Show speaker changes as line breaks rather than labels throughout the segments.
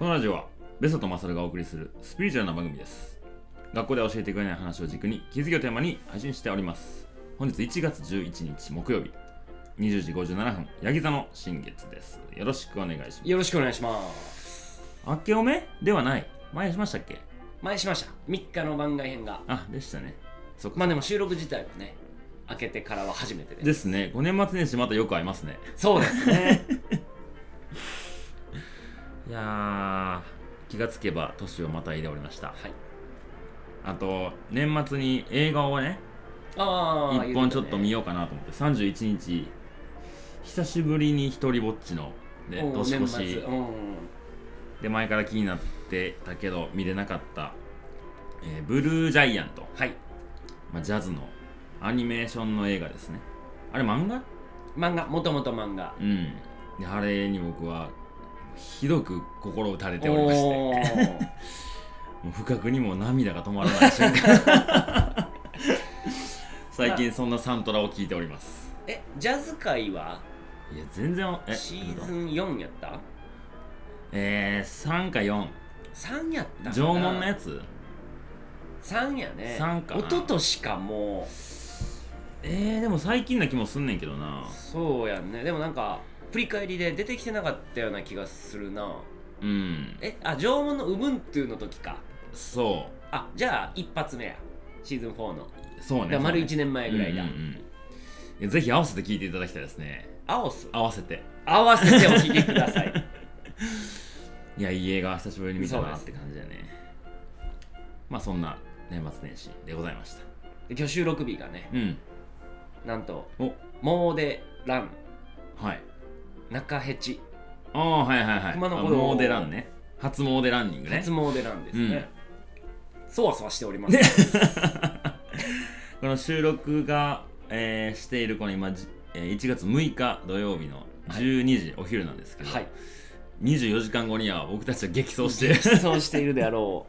のラジオはベソとマサルがお送りするスピリチュアルな番組です学校で教えてくれない話を軸に気づきをテーマに配信しております本日1月11日木曜日20時57分ヤギ座の新月ですよろしくお願いします
よろしくお願いします
明けおめではない前にしましたっけ
前にしました3日の番外編が
あでしたねそっか
まあでも収録自体はね開けてからは初めてで
ですね5年末年始またよく会いますね
そうで すね
いやー気がつけば年をまたいでおりました
はい
あと年末に映画をね
ああ
一本ちょっと見
よ
ようかなと思って31日久しぶりに一人ぼっちの、ね、年越し
うん
で前から気になってたけど見れなかった、えーブルージャイアント、
はい
まあ、ジャズのアニメーションの映画ですねあれ漫画
漫画もともと漫画
うんであれに僕はひどく心打たれておりましても
おー
う不覚にも涙が止まらない瞬間 最近そんなサントラを聴いております
えジャズ界はい
や全然え
シーズン4やった
えー、3か4
3やった
縄文のやつ
3やね
三かな
一昨年かも
えー、でも最近な気もすんねんけどな
うそうやねでもなんか振り返りで出てきてなかったような気がするな
うん
えあ縄文のウブントゥの時か
そ
あじゃあ一発目やシーズン4の、
うそう
だか
ね
ら丸
一
1年前ぐらいだ、
うんうんうんいやぜひ合わせて聞いていただきたいですね
アオス
合わせて
合わせてお聞きください
いやいい映画久しぶりに見た
そう
な
で
っ
す
て感じだねまあそんな年末年始でございました
で今日収録日がね
うん
なんと
お
モーデラン
はい
中ヘチ
ああはいはいはい
熊野
あ
古道
モーデランね初モーデランニングね
初モーデランですね、そわそわしております、
この収録が、えーしているこの今、じえー1月6日土曜日の12時、お昼なんですけど、
はい
24時間後には僕たちは激 走して
そうしているであろ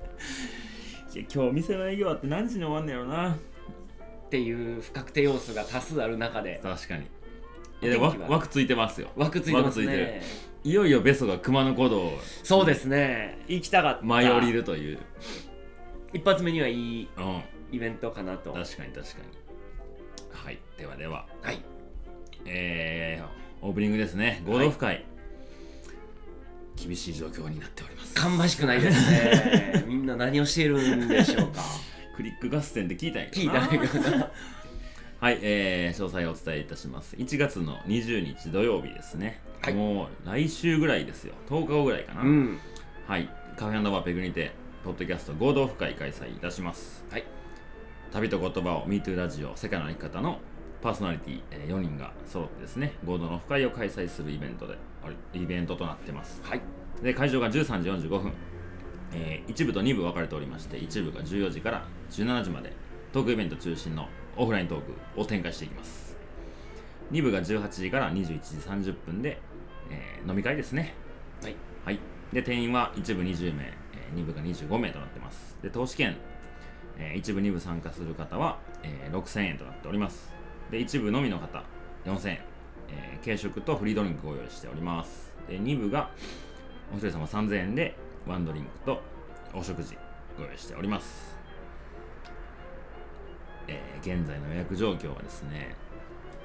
う
いや今日店の営業あって何時に終わんねやろな
っていう不確定要素が多数ある中で
確かにいやでもわ
お天気は
枠ついてますよ
枠ついてま
枠
す
ついて
ね
いよいよベソが熊野古道を
そうですね行きたかった
舞い降りるという
一発目にはいい
うん
イベントかなと
確かに確かにはいではでは
はい
えー、オープニングですね合同会、厳しい状況になっております
芳しくないですねみんな何をしているんでしょうか
クリック合戦って聞いたんやけ
聞い
どな
たらいいかな
はい、えー詳細をお伝えいたします1月の20日土曜日ですね、
はい
もう来週ぐらいですよ10日後ぐらいかな、
うん
はいカフェバーペグにてポッドキャスト合同深い開催いたします
はい
旅と言葉を MeToo ラジオ世界の歩き方のパーソナリティ、え4人が揃ってですね合同の深いを開催するイベントであれイベントとなってます
はい
で会場が13時45分、えー、1部と2部分かれておりまして1部が14時から17時までトークイベント中心のオフライントークを展開していきます2部が18時から21時30分で、えー飲み会ですね
はい
はいで定員は1部20名、え2部が25名となってますで投資券、え1部2部参加する方は、えー6000円となっておりますで1部のみの方4000円、えー軽食とフリードリンクをご用意しておりますで2部がお一人様3000円でワンドリンクとお食事ご用意しております、えー現在の予約状況はですね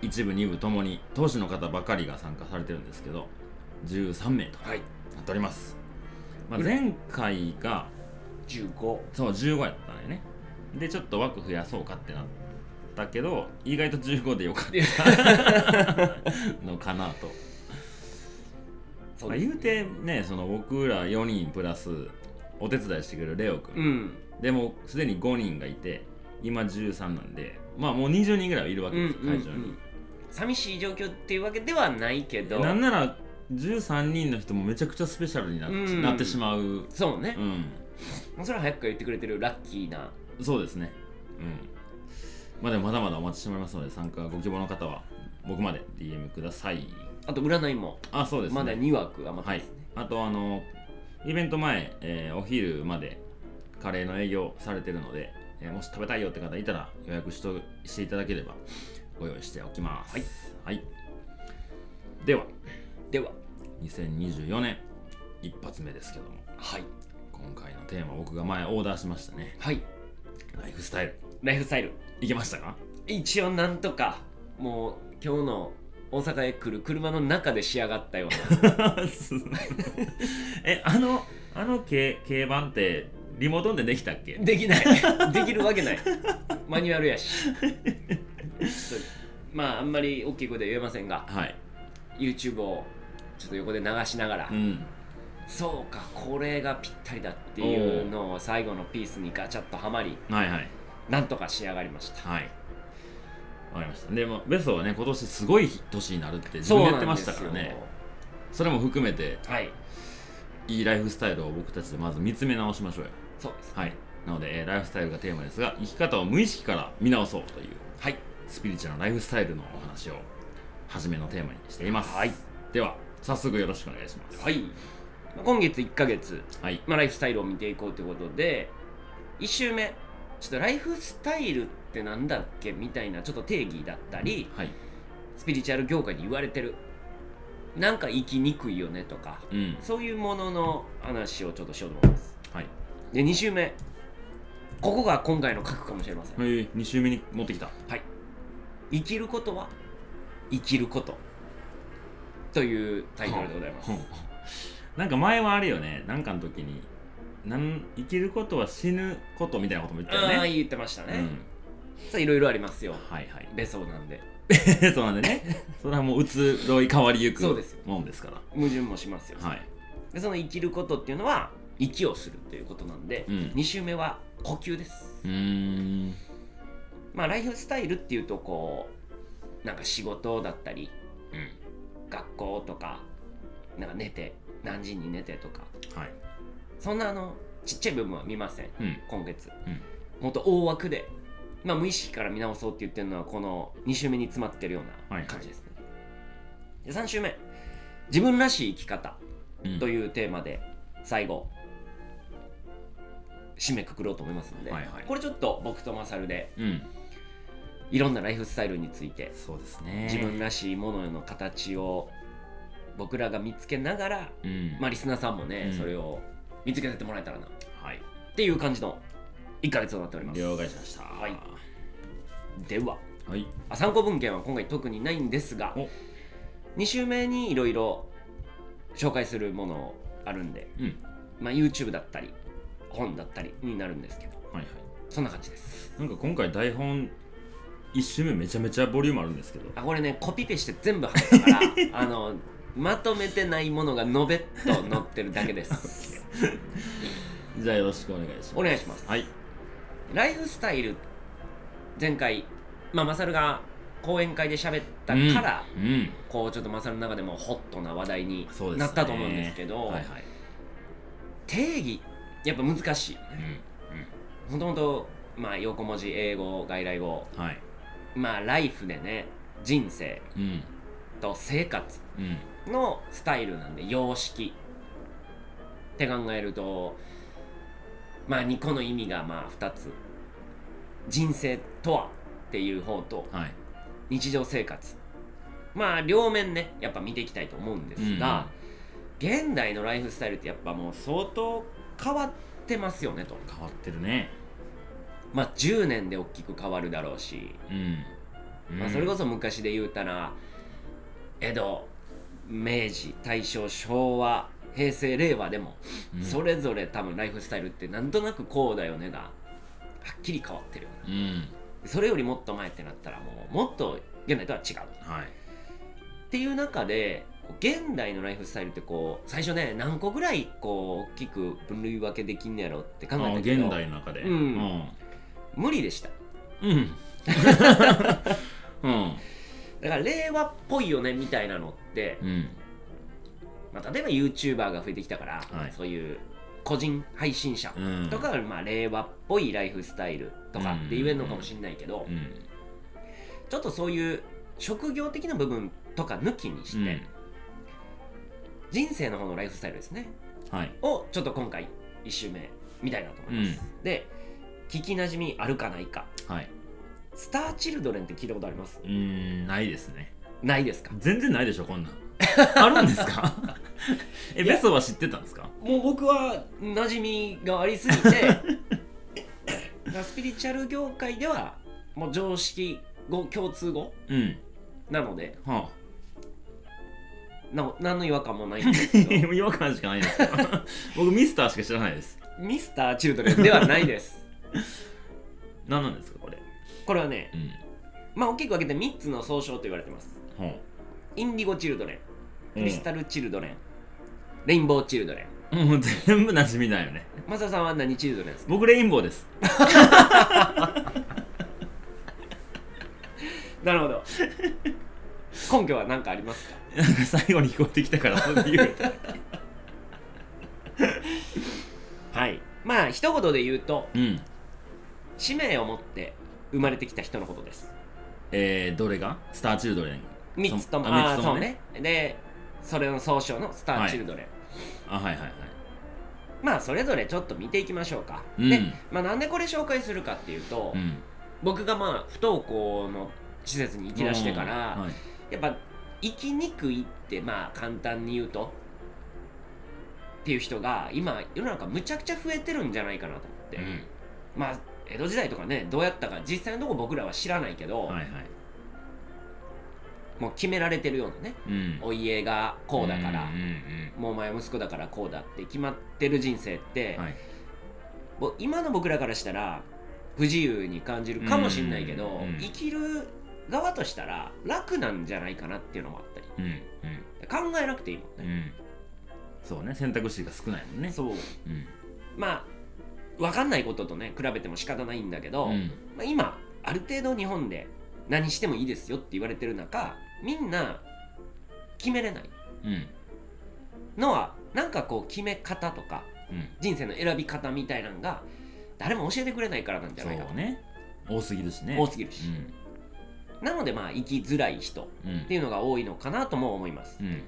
1部2部ともに当主の方ばかりが参加されてるんですけど13名と
はい
なっております、まあ、前回が
15
そう15やったんだよねでちょっと枠増やそうかってなったけど意外と15でよかったのかなと
そ
まあ、
です
言うてねその僕ら4人プラスお手伝いしてくれるレオ
う
君、
ん
でもうすでに5人がいて今13なんでまあもう20人ぐらいはいるわ
うん
け
う
で
ん
すよ、
う
会場に
ん寂しい状況っていうわけではないけど
なんなら13人の人もめちゃくちゃスペシャルにな,、
うん
なってしまう
そうね
う、ん
もうそれは早くから言ってくれてるラッキーな
そうですねうんまあでもまだまだお待ちしておりますので参加ご希望の方は僕まで DM ください
あと占いも
あそうですね
まだ2枠余って
は
ま
い
すね、、
あとあのイベント前、えーお昼までカレーの営業されてるので、えーもし食べたいよって方いたら予約しとしていただければご用意しておきます、はいでは
では
2024年一発目ですけども
はい
今回のテーマ僕が前オーダーしましたね
はい
ライフスタイル
ライフスタイル
いけましたか
一応なんとかもう今日の大阪へ来る車の中で仕上がったような
えあのあの軽軽バンってリモートでできたっ け
できないできるわけないマニュアル やしちょっとまああんまり大きい声で言えませんが
はい、
YouTube をちょっと横で流しながら、
うん、
そうかこれがぴったりだっていうのを最後のピースにガチャッとはまり
はいはい
なんとか仕上がりました
はいわかりましたでもベソはね今年すごい年になるって自
そう
分で言
な
って
ん
ま
で
し
す
た
よ
からねそれも含めて
はい
いいライフスタイルを僕たちでまず見つめ直しましょうよ
そうです
はいなので、えーライフスタイルがテーマですが生き方を無意識から見直そうという
はい
スピリチュアルなライフスタイルのお話を初めのテーマにしています、
はい
では早速よろしくお願いします
はい今月1ヶ月
はい
まあ、ライフスタイルを見ていこうということで1周目ちょっとライフスタイルってなんだっけみたいなちょっと定義だったり
はい
スピリチュアル業界で言われてるなんか生きにくいよねとか
うん
そういうものの話をちょっとしようと思います
はい
で2周目ここが今回の核かもしれません、
えー、2週目に持ってきた
はい、生きることは生きることというタイトルでございます
ほんなんか前はあれよねなんかの時になん生きることは死ぬことみたいなことも言った
あ
よ
あ
ね
言ってました
う
ね
ん、
さあいろいろありますよ
はいはい
ベソなんで
そうなんで ねそれはもう移ろい変わりゆく
そうですよ
もんですから
矛盾もしますよ
はい
でその生きることっていうのは息をするっていうことなんで、
うん
2週目は呼吸です
うーん
まあライフスタイルっていうとこうなんか仕事だったり
うん
学校とかなんか寝て何時に寝てとか
はい
そんなあのちっちゃい部分は見ません
うん
今月
うん
もっと大枠でまあ無意識から見直そうって言ってるのはこの2週目に詰まってるよう
はいは
な
い
感じですね、で3週目自分らしい生き方
うん
というテーマで最後締めくくろうと思いますので、
はいはい
これちょっと僕とマサルで
うん
いろんなライフスタイルについて
そうですね
自分らしいものの形を僕らが見つけながら、
うん
まあ、リスナーさんもね、
うん
それを見つけてってもらえたらなっ
はい
ていう感じの1ヶ月となっております
了解しました
はい
は
ではいあ参考文献は今回特にないんですが
お
2週目にいろいろ紹介するものあるんで、
うん
まあ、YouTube だったり本だったりになるんですけど
はいはい
そんな感じです
なんか今回台本1周目めちゃめちゃボリュームあるんですけど
あこれねコピペして全部入ったから あのまとめてないものがのべっと載ってるだ けです
じゃあよろしくお願いします
お願いします
はい
ライフスタイル前回まあマサルが講演会で喋ったから、
うんうん
こうちょっとマサルの中でもホットな話題に
そうですね
なったと思うんですけど
はいはい
定義やっぱ難しい
うん
もともとまあ横文字英語外来語
うんはい
まあライフでね人生
うん
と生活
うん
のスタイルなんで様式って考えるとまあ2個の意味がまあ2つ人生とはっていう方と
はい
日常生活まあ両面ねやっぱ見ていきたいと思うんですが、現代のライフスタイルってやっぱもう相当変わってますよねと
変わってるね
まあ10年で大きく変わるだろうし
うん、
まあ、それこ
そ
そ昔で言うたら江戸明治大正昭和平成令和でも、それぞれ多分ライフスタイルってなんとなくこうだよねがはっきり変わってるよね
うん
それよりもっと前ってなったらもうもっと現代とは違う
はい
っていう中でこう現代のライフスタイルってこう最初ね何個ぐらいこう大きく分類分けできんのやろって考え
あ
たけど
現代の中で
うん無理でした
うんうんうん
だから令和っぽいよねみたいなのって
うん
まあ、例えば YouTuber が増えてきたから、
はい
そういう個人配信者
うん
とかが、まあ、令和っぽいライフスタイルとかって言えるのかもしれないけど、
うん
ちょっとそういう職業的な部分とか抜きにして、人生の方のライフスタイルですね
うんはい
をちょっと今回1周目みたいなと思います、で聞きなじみあるかないか
はい
スター・チルドレンって聞いたことあります
うーんないですね
ないですか
全然ないでしょこんなんあるんですかえ
いや
ベソは知ってたんですか
もう僕は馴染みがありすぎて スピリチュアル業界ではもう常識語共通語
うん
なので
はあ
なお何の違和感もないんですけ ど
違和感しかないですけど僕ミスターしか知らないです
ミスターチルドレンではないです
何なんですかこれ
これはね
うん
まあ大きく分けて3つの総称と言われてます
は
インディゴチルドレン
あ
クリスタルチルドレン、レインボーチルドレン
うんもう全部馴染みだよね
マサさんは何チルドレンですか
僕レインボーです
なるほど根拠は何かありますか
なんか最後に聞こえてきたからそう言 う
はいまあ一言で言うと
うん
使命を持って生まれてきた人のことです
えー、どれがスターチルドレン
3つとも
そ
あ
あ
あー
三つと
そ
も
う
ね
ねでそれの総称のスターチルドレン、
あはいはいはい
まあそれぞれちょっと見ていきましょうか、
うん
で、まあ、なんでこれ紹介するかっていうと、
うん
僕がまあ不登校の施設に行きだしてから、
うんはい
やっぱ生きにくいってまあ簡単に言うとっていう人が今世の中むちゃくちゃ増えてるんじゃないかなと思って、
うん
まあ江戸時代とかねどうやったか実際のとこ僕らは知らないけど、
はいはい
もう決められてるようなね
うん
お家がこうだから
うん、うん
もうお前息子だからこうだって決まってる人生って、
うんはい
もう今の僕らからしたら不自由に感じるかもしれないけど、
うんうん
生きる側としたら楽なんじゃないかなっていうのもあったり
うん
考えなくていいもん
うんう
ね、
んそうね選択肢が少ないもんね
そう
うん
まあ分かんないこととね比べても仕方ないんだけど、
うん
まあ、今ある程度日本で何してもいいですよって言われてる中みんな決めれない
うん
のはなんかこう決め方とか
うん
人生の選び方みたいなのが誰も教えてくれないからなんじゃ
そ
ないかと
うね多すぎるしね
多すぎるし、なのでまあ生きづらい人
うんうん
っていうのが多いのかなとも思います
うん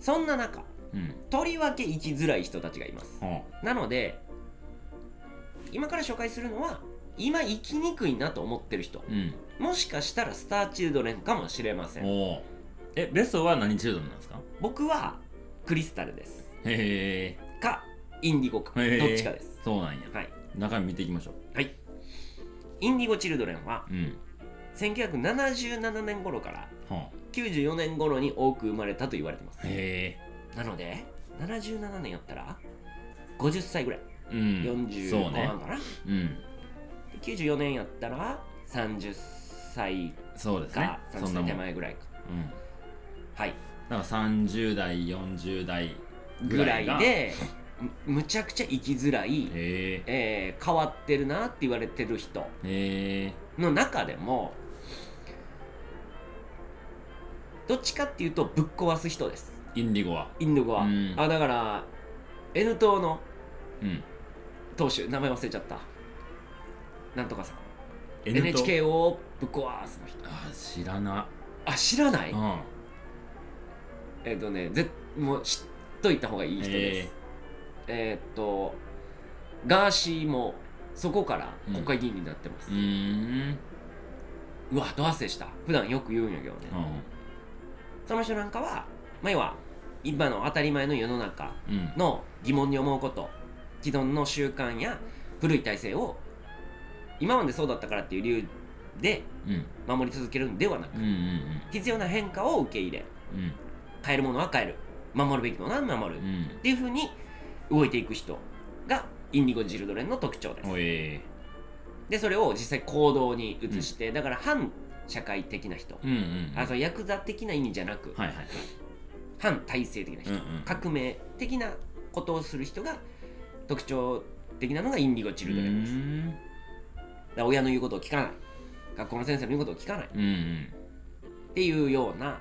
そんな中
うん
とりわけ生きづらい人たちがいます
は
なので今から紹介するのは今生きにくいなと思ってる人
あうん
もしかしたらスターチルドレンかもしれません
おおえベソは何チルドレンなんですか
僕はクリスタルです
へえ
かインディゴか
へー
どっちかです
そうなんや
はい
中身見ていきましょ
はいインディゴチルドレンは
ううん
1977年頃から
は
94年頃に多く生まれたと言われてます
あへえ
なので77年やったら50歳ぐらい
うん
40
そ
後
うね
半かな、
うん
で94年やったら30歳
そうですね
か
そん
30
な
歳手
もん
前ぐらいか
うん
はい
だから30代40代
ぐ
ぐ
ら
ら
い
いが
でむむちゃくちゃ生きづら
へ
い、
え
えー変わってるなって言われてる人
へえ
の中でもどっちかっていうとぶっ壊す人です
インディゴは
インド語は、
うん
あだから N 党の
うん
党首名前忘れちゃったなんとかさん
N と
NHK をぶっ壊すの人
あー知らな
あ知らない
うん
えっ、とねぜもう知っといた方がいい人ですえーっとガーシーもそこから国会議員になってます、
う
う
ーん
わドハセした普段よく言うんやけどね、その人なんかは、まあ、要は今の当たり前の世の中
うんうん
の疑問に思うこと既存の習慣や古い体制を今までそうだったからっていう理由で
うん
守り続けるんではなく
うんうん
必要な変化を受け入れ
うん
変えるものは変える守るべきものは守る、
う
っ
ん
ていうふうに動いていく人がインディゴ・ジルドレンの特徴です
おえ
でそれを実際行動に移して、だから反社会的な人、
うんうん
あそうヤクザ的な意味じゃなく、
はいはいはい
反体制的な人、
うんうん
革命的なことをする人が特徴的なのがインディゴ・チルドレンです、
うーん
だから親の言うことを聞かない学校の先生の言うことを聞かない
うんうん
っていうような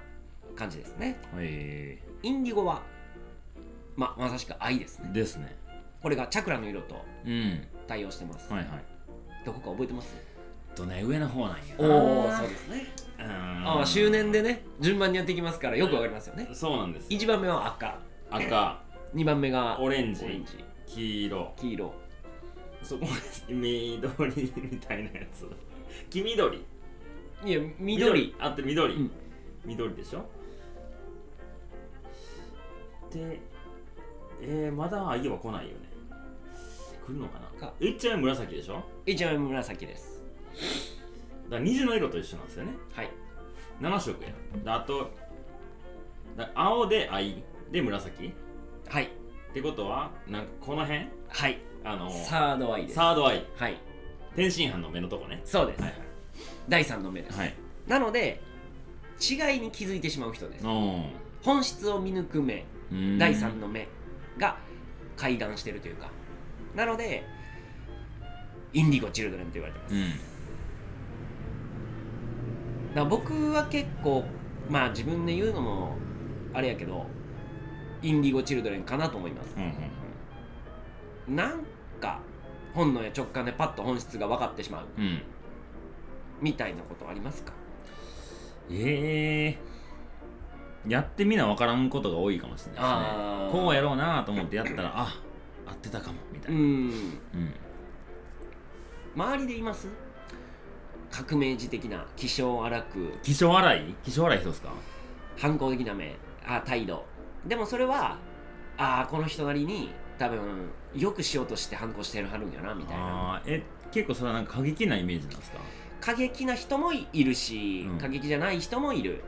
感じですね
え
インディゴはまあまさしく愛ですね
ー、ですね
これがチャクラの色と
うん
対応してます、
はいはい
どこか覚えてます
とね上の方なんや
おおそうですねあ
あ
あ周年でね順番にやっていきますからよくわかりますよね
そうなんです
1番目は赤
赤
2番目が
オレンジ
オレンジ
黄色
黄色
そこ緑みたいなやつ黄緑
いや緑
あってる緑、
うん
緑でしょで、えー、まだあゆは来ないよね。来るのかな
か
いっちゃん紫でしょだか
一番紫です
ら虹の色と一緒なんですよね。
はい
7色や。であと、だ青で藍で紫っ
はい
てことは、なんかこの辺、
はい
あの、サ
サードアイです
ード藍、
はい
天津飯の目のとこね。
そうです、
はい
第3の目です、
はい。はい。
なので違いに気づいてしまう人です
お
本質を見抜く目
ー
第3の目が開眼してるというかなのでインディゴチルドレンと言われてます
う
だか
ん。
ら僕は結構まあ自分で言うのもあれやけどインディゴチルドレンかなと思います
うんうん
なんか本能や直感でパッと本質が分かってしまう
うん。うん。
みたいなことありますか
ええやってみな分からんことが多いかもしれない
あ
ですね。
こ
こ
う
う
や
やろうなと思ってやったら、あ合ってたかもみた
う
いな。
ん
うん。
周りでいます革命児的な気性荒く
気性荒い気性荒い人ですか
反抗的な目あ態度でもそれはああこの人なりに多分よくしようとして反抗してるはるんやなみたいな
ああーえ結構それはなんか過激なイメージなんですか
過激な人もいるし、
うん
過激じゃない人もいる、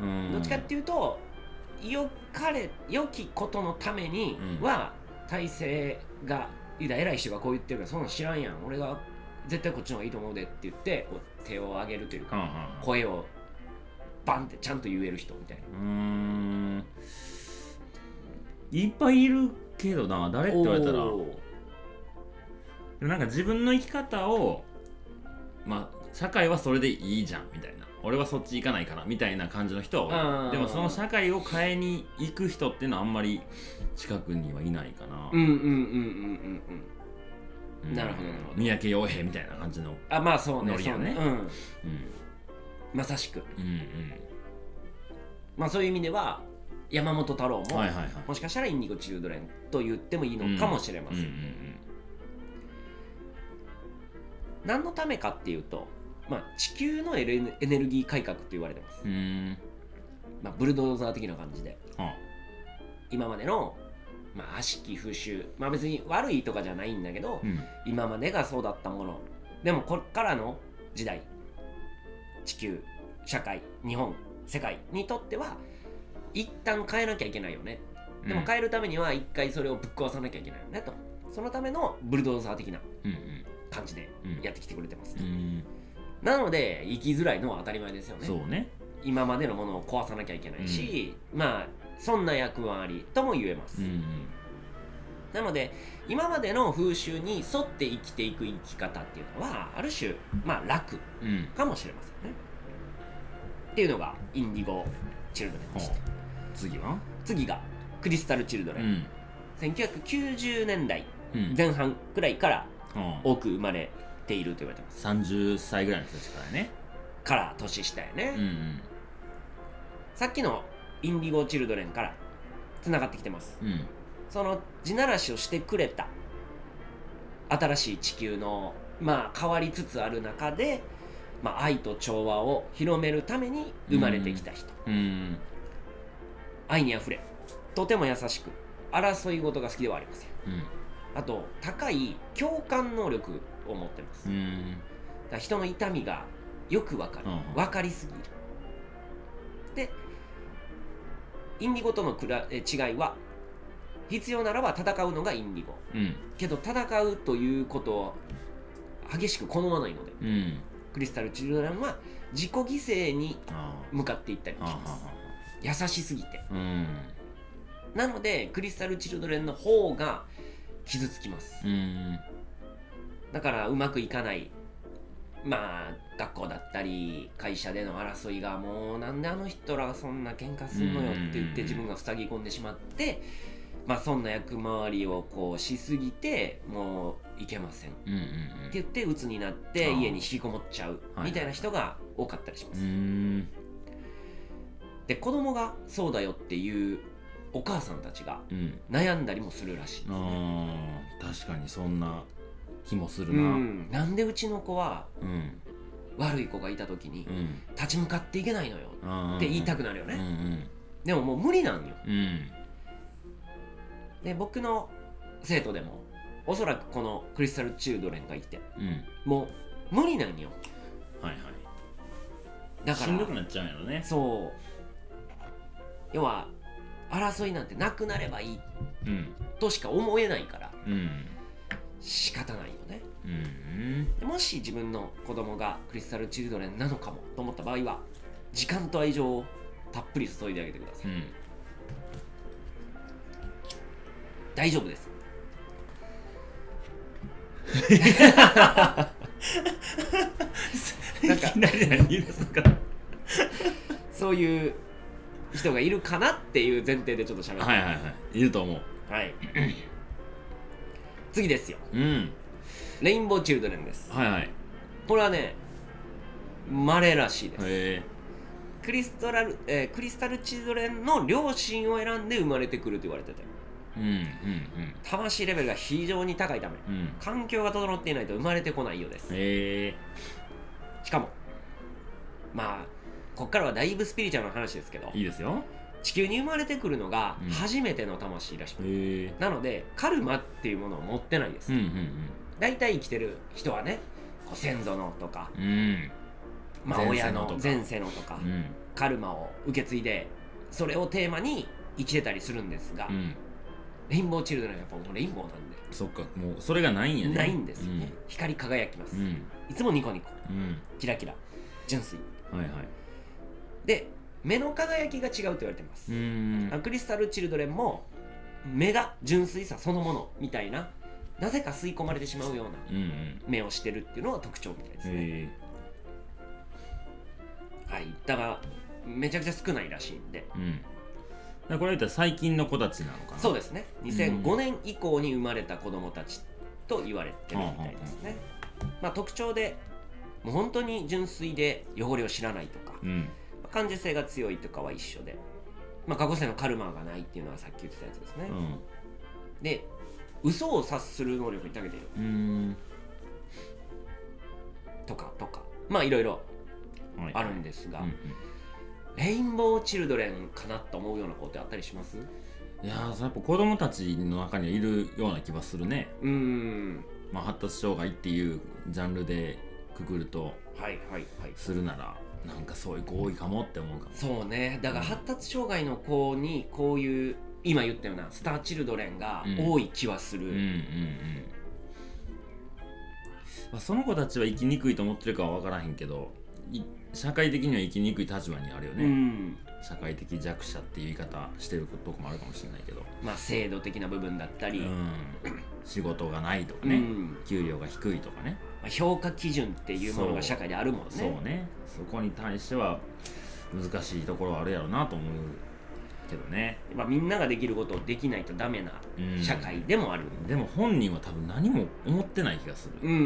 うん
どっちかっていうとよかれ良きことのために
うん
は、体制がいや偉い人がこう言ってるからそんなん知らんやん俺が絶対こっちの方がいいと思うでって言ってこう手を挙げるという
う
か、
ん
声をバンってちゃんと言える人みたいな
うんうーんいっぱいいるけどな誰って言われたらで
お
も
ー
なんか自分の生き方をまあ社会はそれでいいじゃんみたいな俺はそっち行かないからみたいな感じの人は多
うん
いでもその社会を変えに行く人っていうのはあんまり近くにはいないかな、
うんうんうんうんうんうん
うん
なるほどなるほど
三宅洋平みたいな感じの
あまあそうね
ノリやね
そうね、うん、
うん
まさしく
うん
まあそういう意味では山本太郎
うん
も、
はいはいはい
もしかしたらインディゴ・チルドレンと言ってもいいのかもしれま
う
せ
ん
ん、
うんうん
何のためかっていうと、まあ、地球のエレエネルギー改革と言われてます、
うーん。
まあ、ブルドーザー的な感じで
あ、
今までの、まあ、悪しき風習まあ別に悪いとかじゃないんだけど、
うん。
今までがそうだったものでもこれからの時代地球社会日本世界にとっては一旦変えなきゃいけないよねでも変えるためには一回それをぶっ壊さなきゃいけないよねとそのためのブルドーザー的な
うん
感じで
うんうん。
やってきてくれてます
う
と、
ん。
なので生きづらいのは当たり前ですよね
そうね。
今までのものを壊さなきゃいけないし、まあそんな役割とも言えます、
うんうん。
なので今までの風習に沿って生きていく生き方っていうのはある種まあ楽
うん。
かもしれませんねっていうのがインディゴ・チルドレンでした
ほ次は
次がクリスタル・チルド
う
レン、
ん。
1990年代
うん。
前半くらいから
あ
多く生まれていると言われてます
30歳ぐらいの人ですからね。
から年下やね
う、ん
さっきのインディゴ・チルドレンからつながってきてます
うん。うん。
その地ならしをしてくれた新しい地球のまあ変わりつつある中で、まあ、愛と調和を広めるために生まれてきた人、
うん。
愛にあふれとても優しく争い事が好きではありません
うん。
あと高い共感能力を持ってます、
う
だ
ん。
から人の痛みがよくわかる、
うんうん
分かりすぎるでインディゴとのくらえ違いは必要ならば戦うのがインディゴ
うん。
けど戦うということを激しく好まないので
うん。
クリスタル・チルドレンは自己犠牲に
あ
向かっていったりし
あ。あ
ます優しすぎて
あ。うん。
なのでクリスタル・チルドレンの方が傷つきます
うん。
だからうまくいかないまあ学校だったり会社での争いがもうなんであの人らがそんな喧嘩すんのよって言って
うん
自分が塞ぎ込んでしまってまあそんな役回りをこうしすぎてもういけません
うん。
って言って鬱になって
あー
家に引きこもっちゃう
はい
みたいな人が多かったりしま
う
す、
ん。
で子供がそうだよっていうお母さんたちが
うん。
悩んだりもするらしいですね
ああ。確かにそんな気もする
う
な。うん。
んなんでうちの子は
うん。
悪い子がいた時に
うん。
立ち向かっていけないのよ
ああ。
って言いた
く
くなるよ
うん
ねでももう無理なんよ
うん。
で僕の生徒でもおそらくこのクリスタル・チュードレンがいて
うん
もう無理なんよ
はいはい
だか
しんどく
ら
なっちゃうんやろね
そう要は争いなんてなくなればいい
うん
としか思えないから
うん
仕方ないよね
うん
でもし自分の子供がクリスタル・チルドレンなのかもと思った場合は時間と愛情をたっぷり注いであげてください、
うん
大丈夫ですなんか
いきなり何言うんですか
そういう人がいるかなっていう前提でちょっと喋って
はいはいはいいると思う
はい次ですよ
うん
レインボー・チルドレンです
はいはいへ
これはね稀らしいです
え
クリストラル、えークリスタル・チルドレンの両親を選んで生まれてくると言われてて
うんうん
魂レベルが非常に高いため
うんうん
環境が整っていないと生まれてこないようです
へえ
しかもまあこっからはだいぶスピリチュアルな話ですけど
いいですよ
地球に生まれてくるのが
うん
初めての魂らしく、
へえ
なのでカルマっていうものを持ってないです、
うん
大体生きてる人はねこう先祖のとか、
うんうん
まあ、
前
親
世のと
の
か
前世のとか
うんうん
カルマを受け継いでそれをテーマに生きてたりするんですが、
うん
レインボーチルドレンはやっぱもうレインボーなんで
そっかもうそれがないんやね
ないんですよね、光り輝きます、
うん
いつもニコニコ
うん
キラキラ純粋
うんはいはい
で目の輝きが違うと言われてます
う、ん
クリスタル・チルドレンも目が純粋さそのものみたいななぜか吸い込まれてしまうような
うんうん
目をしてるっていうのが特徴みたいですね、
へえ
はいだからめちゃくちゃ少ないらしいんで
うんだからこれ言ったら最近の子たちなのかな
そう
う
ですね2005年以降に生まれた子供たちと言われてるみたいですね、まあ、特徴でもう本当に純粋で汚れを知らないとか、
うん
まあ感受性が強いとかは一緒で、まあ、過去世のカルマがないっていうのはさっき言ってたやつですね、
うん
で嘘を察する能力に長けている
うん
とかとかまあいろいろ
はい
あるんですが、
うんうん
レインボーチルドレンかなと思うようなことってあったりします
いやーそれやっぱ子供たちの中にはいるような気はするね、
うーん
まあ、発達障害っていうジャンルでくくると
はいはいはい
するならなんかそういう子多いかもって思うかも
そうねだから発達障害の子にこういう今言ったようなスターチルドレンが多い気はす
う
る、
んうんうん、まあ、その子たちは生きにくいと思ってるかは分からへんけどい社会的には生きにくい立場にあるよ
う
ね、
ん
社会的弱者っていう言い方してるとこもあるかもしれないけど、
まあ制度的な部分だった
う
り、
ん、仕事がないとか
うん
ね、給料が低いとかね
まあ評価基準っていうものが社会であるもんね
そうねそこに対しては難しいところはあるやろうなと思うけどね、
まあ、みんなができることをできないとダメな
うん
社会でもある、
でも本人は多分何も思ってない気がす
う
る、
んうんうんう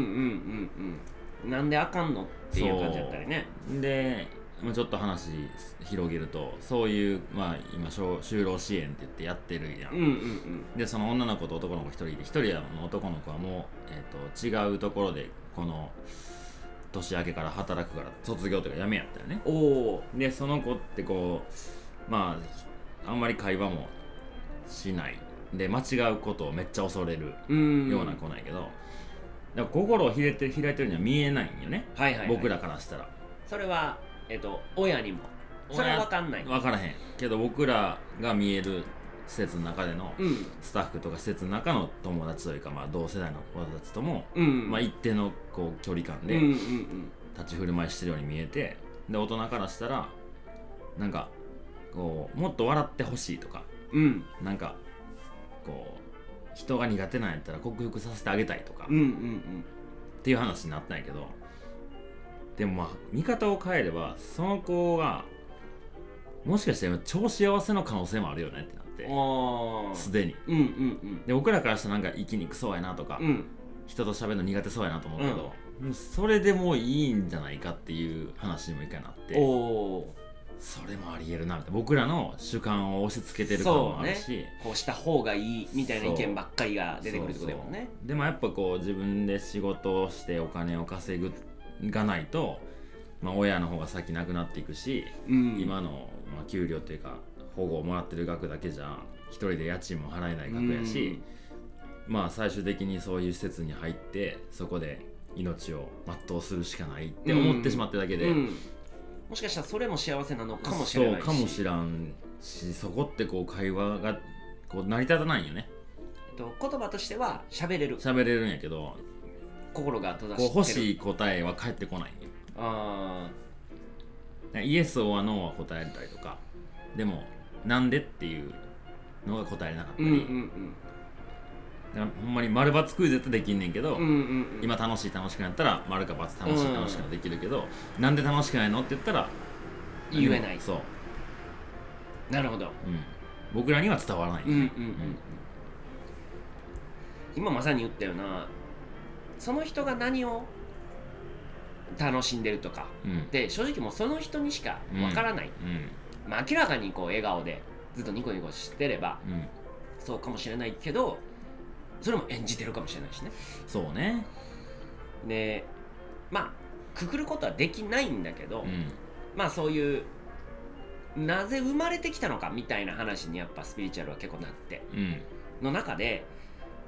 んなんであかんのっていう感じだったりね
でまあちょっと話広げるとそういう、まあ、今しょ就労支援って言ってやってるやん、
うんうんうん
でその女の子と男の子一人で一人の男の子はもう、えー、と違うところでこの年明けから働くから卒業というか辞めやったよね
おお
でその子ってこうまああんまり会話もしないで間違うことをめっちゃ恐れる
うん
ような子なんやけど、だから心を開いて開いてるには見えないんよね、
はいはい、はい、
僕らからしたら
それはえっ、と親にもそれは分かんない
分からへんけど僕らが見える施設の中での
うん
スタッフとか施設の中の友達というか、まあ、同世代の子たちとも、
うん
まあ、一定のこう距離感で
うんうんうん
立ち振る舞いしてるように見えてで大人からしたらなんかこうもっと笑ってほしいとか
うん
なんかこう人が苦手なんやったら克服させてあげたいとか
うんうんうん
っていう話になったんやけどでもまあ見方を変えればその子がもしかして超幸せの可能性もあるよねってなって
あ
す
ー
でに
うんうん
で僕らからしたらなんか生きにくそうやなとか、
うんうん
人と喋るの苦手そうやなと思うけど、もうそれでもういいんじゃないかっていう話にも一回なって
おお
それもありえるなみたいな僕らの主観を押し付けてる感もあるし、
ーこうした方がいいみたいな意
そう
見ばっかりが出てくるってことだもんね
でもやっぱこう自分で仕事をしてお金を稼ぐがないと、まあ、親の方が先なくなっていくし、
うん
今の、まあ、給料というか保護をもらってる額だけじゃ一人で家賃も払えない額やし、まあ最終的にそういう施設に入ってそこで命を全うするしかないって思ってしまってるだけ
うん
で、
うんもしかしたらそれも幸せなのかもしれないし
そうかもしらんしそこってこう会話がこう成り立たないんよね
えっと、言葉としては喋れる
喋れるんやけど
心が閉ざ
こう
してる
欲しい答えは返ってこないんよ
あ
イエスはノーは答えたりとかでもなんでっていうのが答えれなかった
ーう
り、
んうん
だからほんまに丸×クイズやったらできんねんけど、
うんうんうん
今楽しい楽しくなったら丸か×楽し
う
い
ん
楽しくなできるけど、なんで楽しくないのって言ったら
言えない
そう、
なるほど
うん、僕らには伝わらない、
うんうんうん今まさに言ったよなその人が何を楽しんでるとか
うんうん
で正直もうその人にしかわからない、まあ、明らかにこう笑顔でずっとニコニコしてれば
うんうん
そうかもしれないけどそれも演じてるかもしれないしね
そうね
でまあくくることはできないんだけど、
うん
まあそういうなぜ生まれてきたのかみたいな話にやっぱスピリチュアルは結構なって
うん
の中で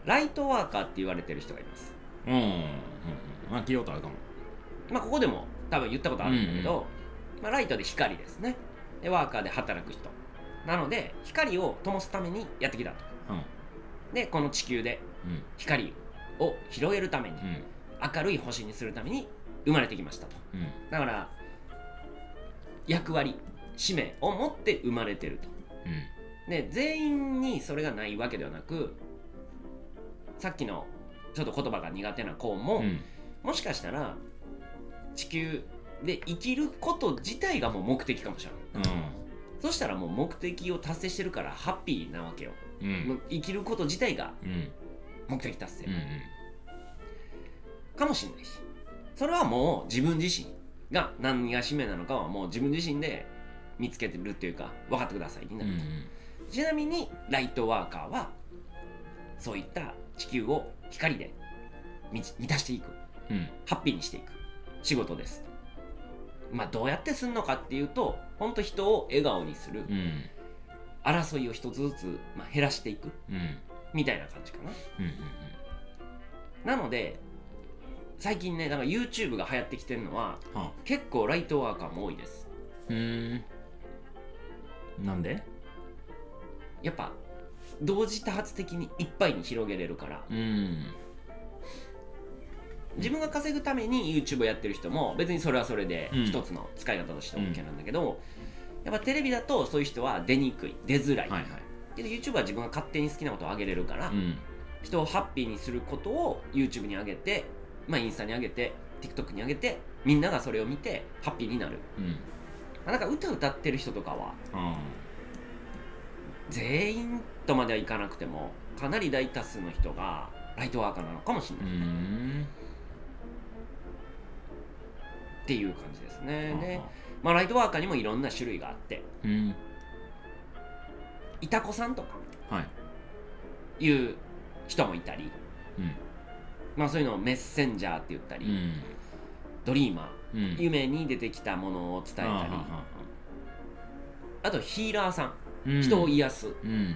ライトワーカーって言われてる人がいます
うんうんうんまあ聞いたことあるかも
まあここでも多分言ったことあるんだけど、まあ、ライトで光ですねでワーカーで働く人なので光を灯すためにやってきたと
うん
でこの地球で光を拾えるために
うんうん
明るい星にするために生まれてきましたと
うん
だから役割使命を持って生まれてると
うん
で全員にそれがないわけではなくさっきのちょっと言葉が苦手な子も、
うん
もしかしたら地球で生きること自体がもう目的かもしれないそしたらもう目的を達成してるからハッピーなわけよ、
うんうん
もう生きること自体が
うん
目的達成、
うん
かもしれないしそれはもう自分自身が何が使命なのかはもう自分自身で見つけてるっていうか分かってくださいにな
う
る
んうん
ちなみにライトワーカーはそういった地球を光で満ち満たしていく
うん
ハッピーにしていく仕事ですまあどうやってすんのかっていうとほんと人を笑顔にする
うん
争いを一つずつ、まあ、減らしていく
うんうん
みたいな感じかな
うん
なので最近ねなんか YouTube が流行ってきてるのは
うんはあ
結構ライトワーカーも多いです
うーんなんで
やっぱ同時多発的にいっぱいに広げれるから
うん
自分が稼ぐために YouTube をやってる人も別にそれはそれで
うん
一つの使い方として OK なんだけど、やっぱテレビだとそういう人は出にくい出づらい、
はいはい
けど YouTube は自分が勝手に好きなことを上げれるから、
うん
人をハッピーにすることを YouTube に上げて、まあ、インスタに上げて TikTok に上げてみんながそれを見てハッピーになる
うん
まあなんか歌歌ってる人とかは
あ
全員とまではいかなくてもかなり大多数の人がライトワーカーなのかもしれ
ーう
ない
ん
っていう感じですね、で
はあはあ
まあ、ライトワーカーにもいろんな種類があって
うん
いたこさんとか
はい
いう人もいたり、
うん
まあ、そういうのをメッセンジャーって言ったり、
うん
ドリーマ
うん
ー夢に出てきたものを伝えたり
はあはあ
あ
はあ
とヒーラーさん
うん
人を癒す、
うん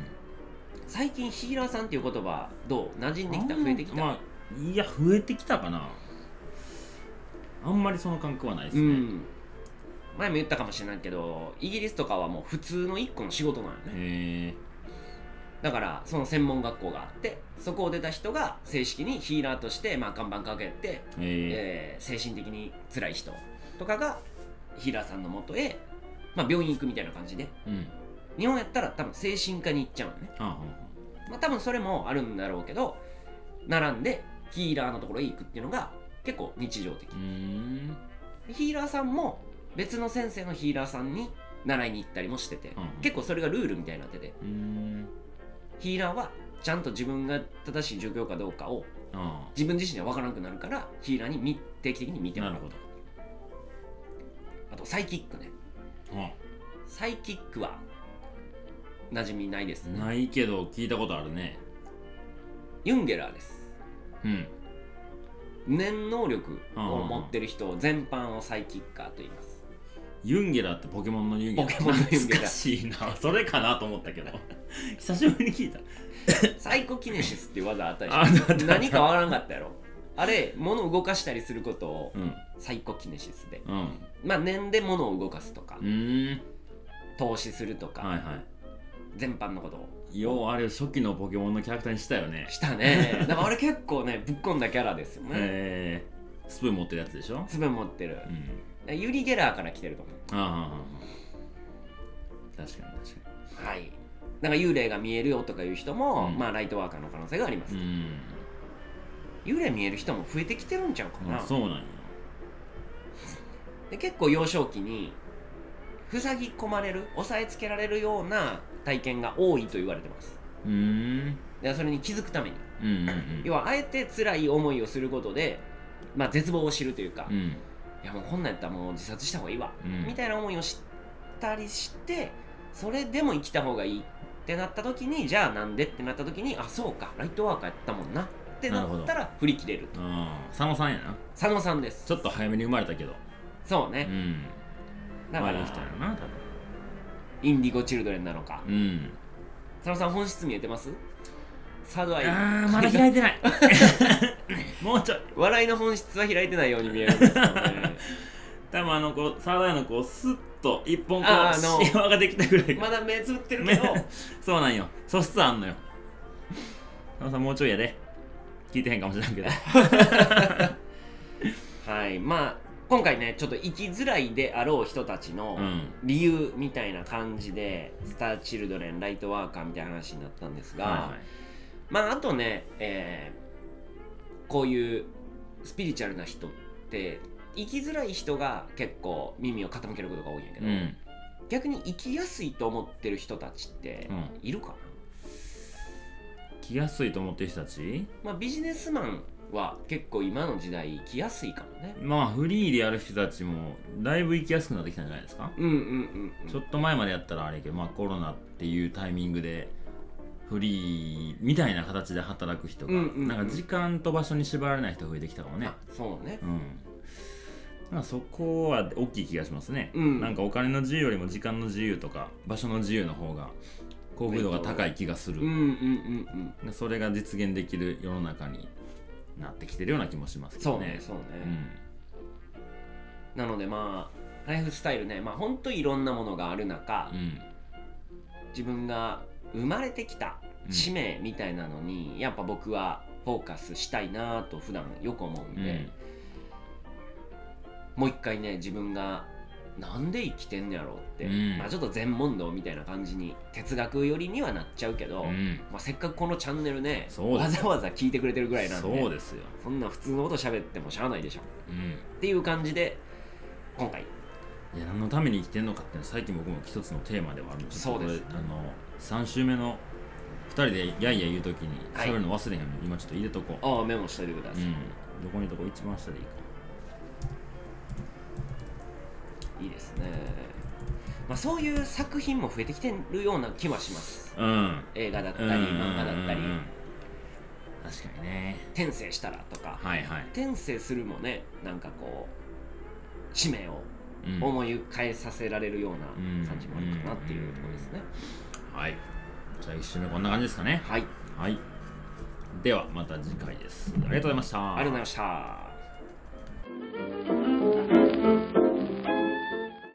最近ヒーラーさんっていう言葉どう馴染んできた増えてきた、
まあいや増えてきたかなあんまりその感覚はないです
う
ね、
ん前も言ったかもしれないけどイギリスとかはもう普通の一個の仕事なんよね
へえ
だからその専門学校があってそこを出た人が正式にヒーラーとして、まあ、看板かけて、
へえ
えー精神的に辛い人とかがヒーラーさんのもとへ、まあ、病院行くみたいな感じで
うん
日本やったら多分精神科に行っちゃうのね
はあはあは
まあ、多分それもあるんだろうけど並んでヒーラーのところへ行くっていうのが結構日常的
あうーん
ヒーラーさんも別の先生のヒーラーさんに習いに行ったりもしてて、
うん
結構それがルールみたいになってて
うーん
ヒーラーはちゃんと自分が正しい状況かどうかを
あ
自分自身では分からなくなるからヒーラーにみ定期的に見て
あ
も
な
ら
る
う
ほ
あとサイキックね
ど、は
サイキックは馴染みないです
あ、
ね
ないけど聞いたことあるね
ユンゲラーです
うん
念能力を持ってる人全般をサイキッカーと言います
ユンゲラってポケモンのユンゲラ
ポケモンのユンゲラ
懐かしいな それかなと思った けど久しぶりに聞いた
サイコキネシスっていう技あった
ああ
で
ったあっ
したょ何かわからんかったやろあれ物を動かしたりすることを
うん
サイコキネシスで
うん
まあ念で物を動かすとか
うーん
投資するとか、
はいは
全般のことを
いようあれ初期のポケモンのキャラクターにしたよね
した ねだからあれ結構ねぶっ込んだキャラですよね
えー、スプーン持ってるやつでしょ
粒持ってる
うん
ユリ・ゲラーから来てると思
あーはんはんはん確かに確か
うはいなんか幽霊が見えるよとかいう人も、
うん
まあライトワーカーの可能性があります、
にうん
幽霊見える人も増えてきてるんちゃうかな、
あそうなんや
で結構幼少期に塞ぎ込まれる押さえつけられるような体験が多いと言われてます
うーん
でそれに気づくために
うんうんうん
要はあえて辛い思いをすることで、まあ、絶望を知るというか、
う
い
ん
やもうこんなんやったらもう自殺した方がいいわ、
うん
みたいな思いをしたりしてそれでも生きた方がいいってなった時にじゃあなんでってなった時にあそうかライトワーカーやったもんなってなったら振り切れると
ああ佐野さんやな
佐野さんです
ちょっと早めに生まれたけど
そう
う
ね、
ん
だか
まあ
ら
いい人やろな多分
インディゴ・チルドレンなのか、
うん
佐野さん本質見えてますサードアイ
あーまだ開いてない もうちょい
笑いの本質は開いてないように見えるんですけど ね
多分あのこうサードアイのこうスッと一本こ
あーあ
う
の
シワができたぐらい
まだ目つぶってるけど
そうなんよ素質あんのよ佐野さんもうちょいやで聞いてへんかもしれん けど
はいまあ今回ねちょっと生きづらいであろう人たちの
うん
理由みたいな感じで、スター・チルドレンライトワーカーみたいな話になったんですが、
は
まああとね、えーこういうスピリチュアルな人って生きづらい人が結構耳を傾けることが多いんやけ
いはい
ど、
うん
逆に生きやすいと思ってる人たちって
うん
いるかな、
来やすいと思ってる人たち
まあ、ビジネスマンは結構今の時代生きやすいかもね
まあフリーでやる人たちもだいぶ行きやすくなってきたんじゃないですか
うんうんうんうん
ちょっと前までやったらあれやけど、まあ、コロナっていうタイミングでフリーみたいな形で働く人が、
うんうんうん
なんか時間と場所に縛られない人増えてきたかもね
あ、そうね
うん、なんかそこは大きい気がしますね、
うん
なんかお金の自由よりも時間の自由とか場所の自由の方が幸福度が高い気がす
うんうん
る、
うんうん
でそれが実現できる世の中になってきてるような気もしますけ
そ
ど
うね
ね
そうね、
うん
なのでまあライフスタイルねまあほんといろんなものがある中、
うん
自分が生まれてきた
うん
使命みたいなのに、やっぱ僕はフォーカスしたいなと普段よく思うん
うん
で、もう一回ね自分がなんで生きてんのやろうって、
うん
まあ、ちょっと全問答みたいな感じに哲学寄りにはなっちゃうけど、
うん
まあ、せっかくこのチャンネルね
そう
わ
です
ざわざ聞いてくれてるぐらいなんで
そうですよ、
そんな普通のこと喋ってもしゃあないでしょ
うん
っていう感じで今回
いや何のために生きてんのかっていうのは最近僕も一つのテーマではあるんですけど
そうです
これあの3週目の2人でやいや言う時に
はい
喋るの忘れへんように今ちょっと入れとこう、
ああメモしといてくだ
う
さい、
ん、どこにとこ一番下でいいか
いいですね、まあ、そういう作品も増えてきてるような気はします
うん
映画だった
うん
り漫画だったり
うんうん確かにね
転生したらとか
はいはい、
転生するもねなんかこう使命を
うん
思い返させられるような
うん
感じもあるかなっていうところですね、
はいじゃあ1週目こんな感じですかね
はい
はいではまた次回ですありがとうございました
ありがとうございました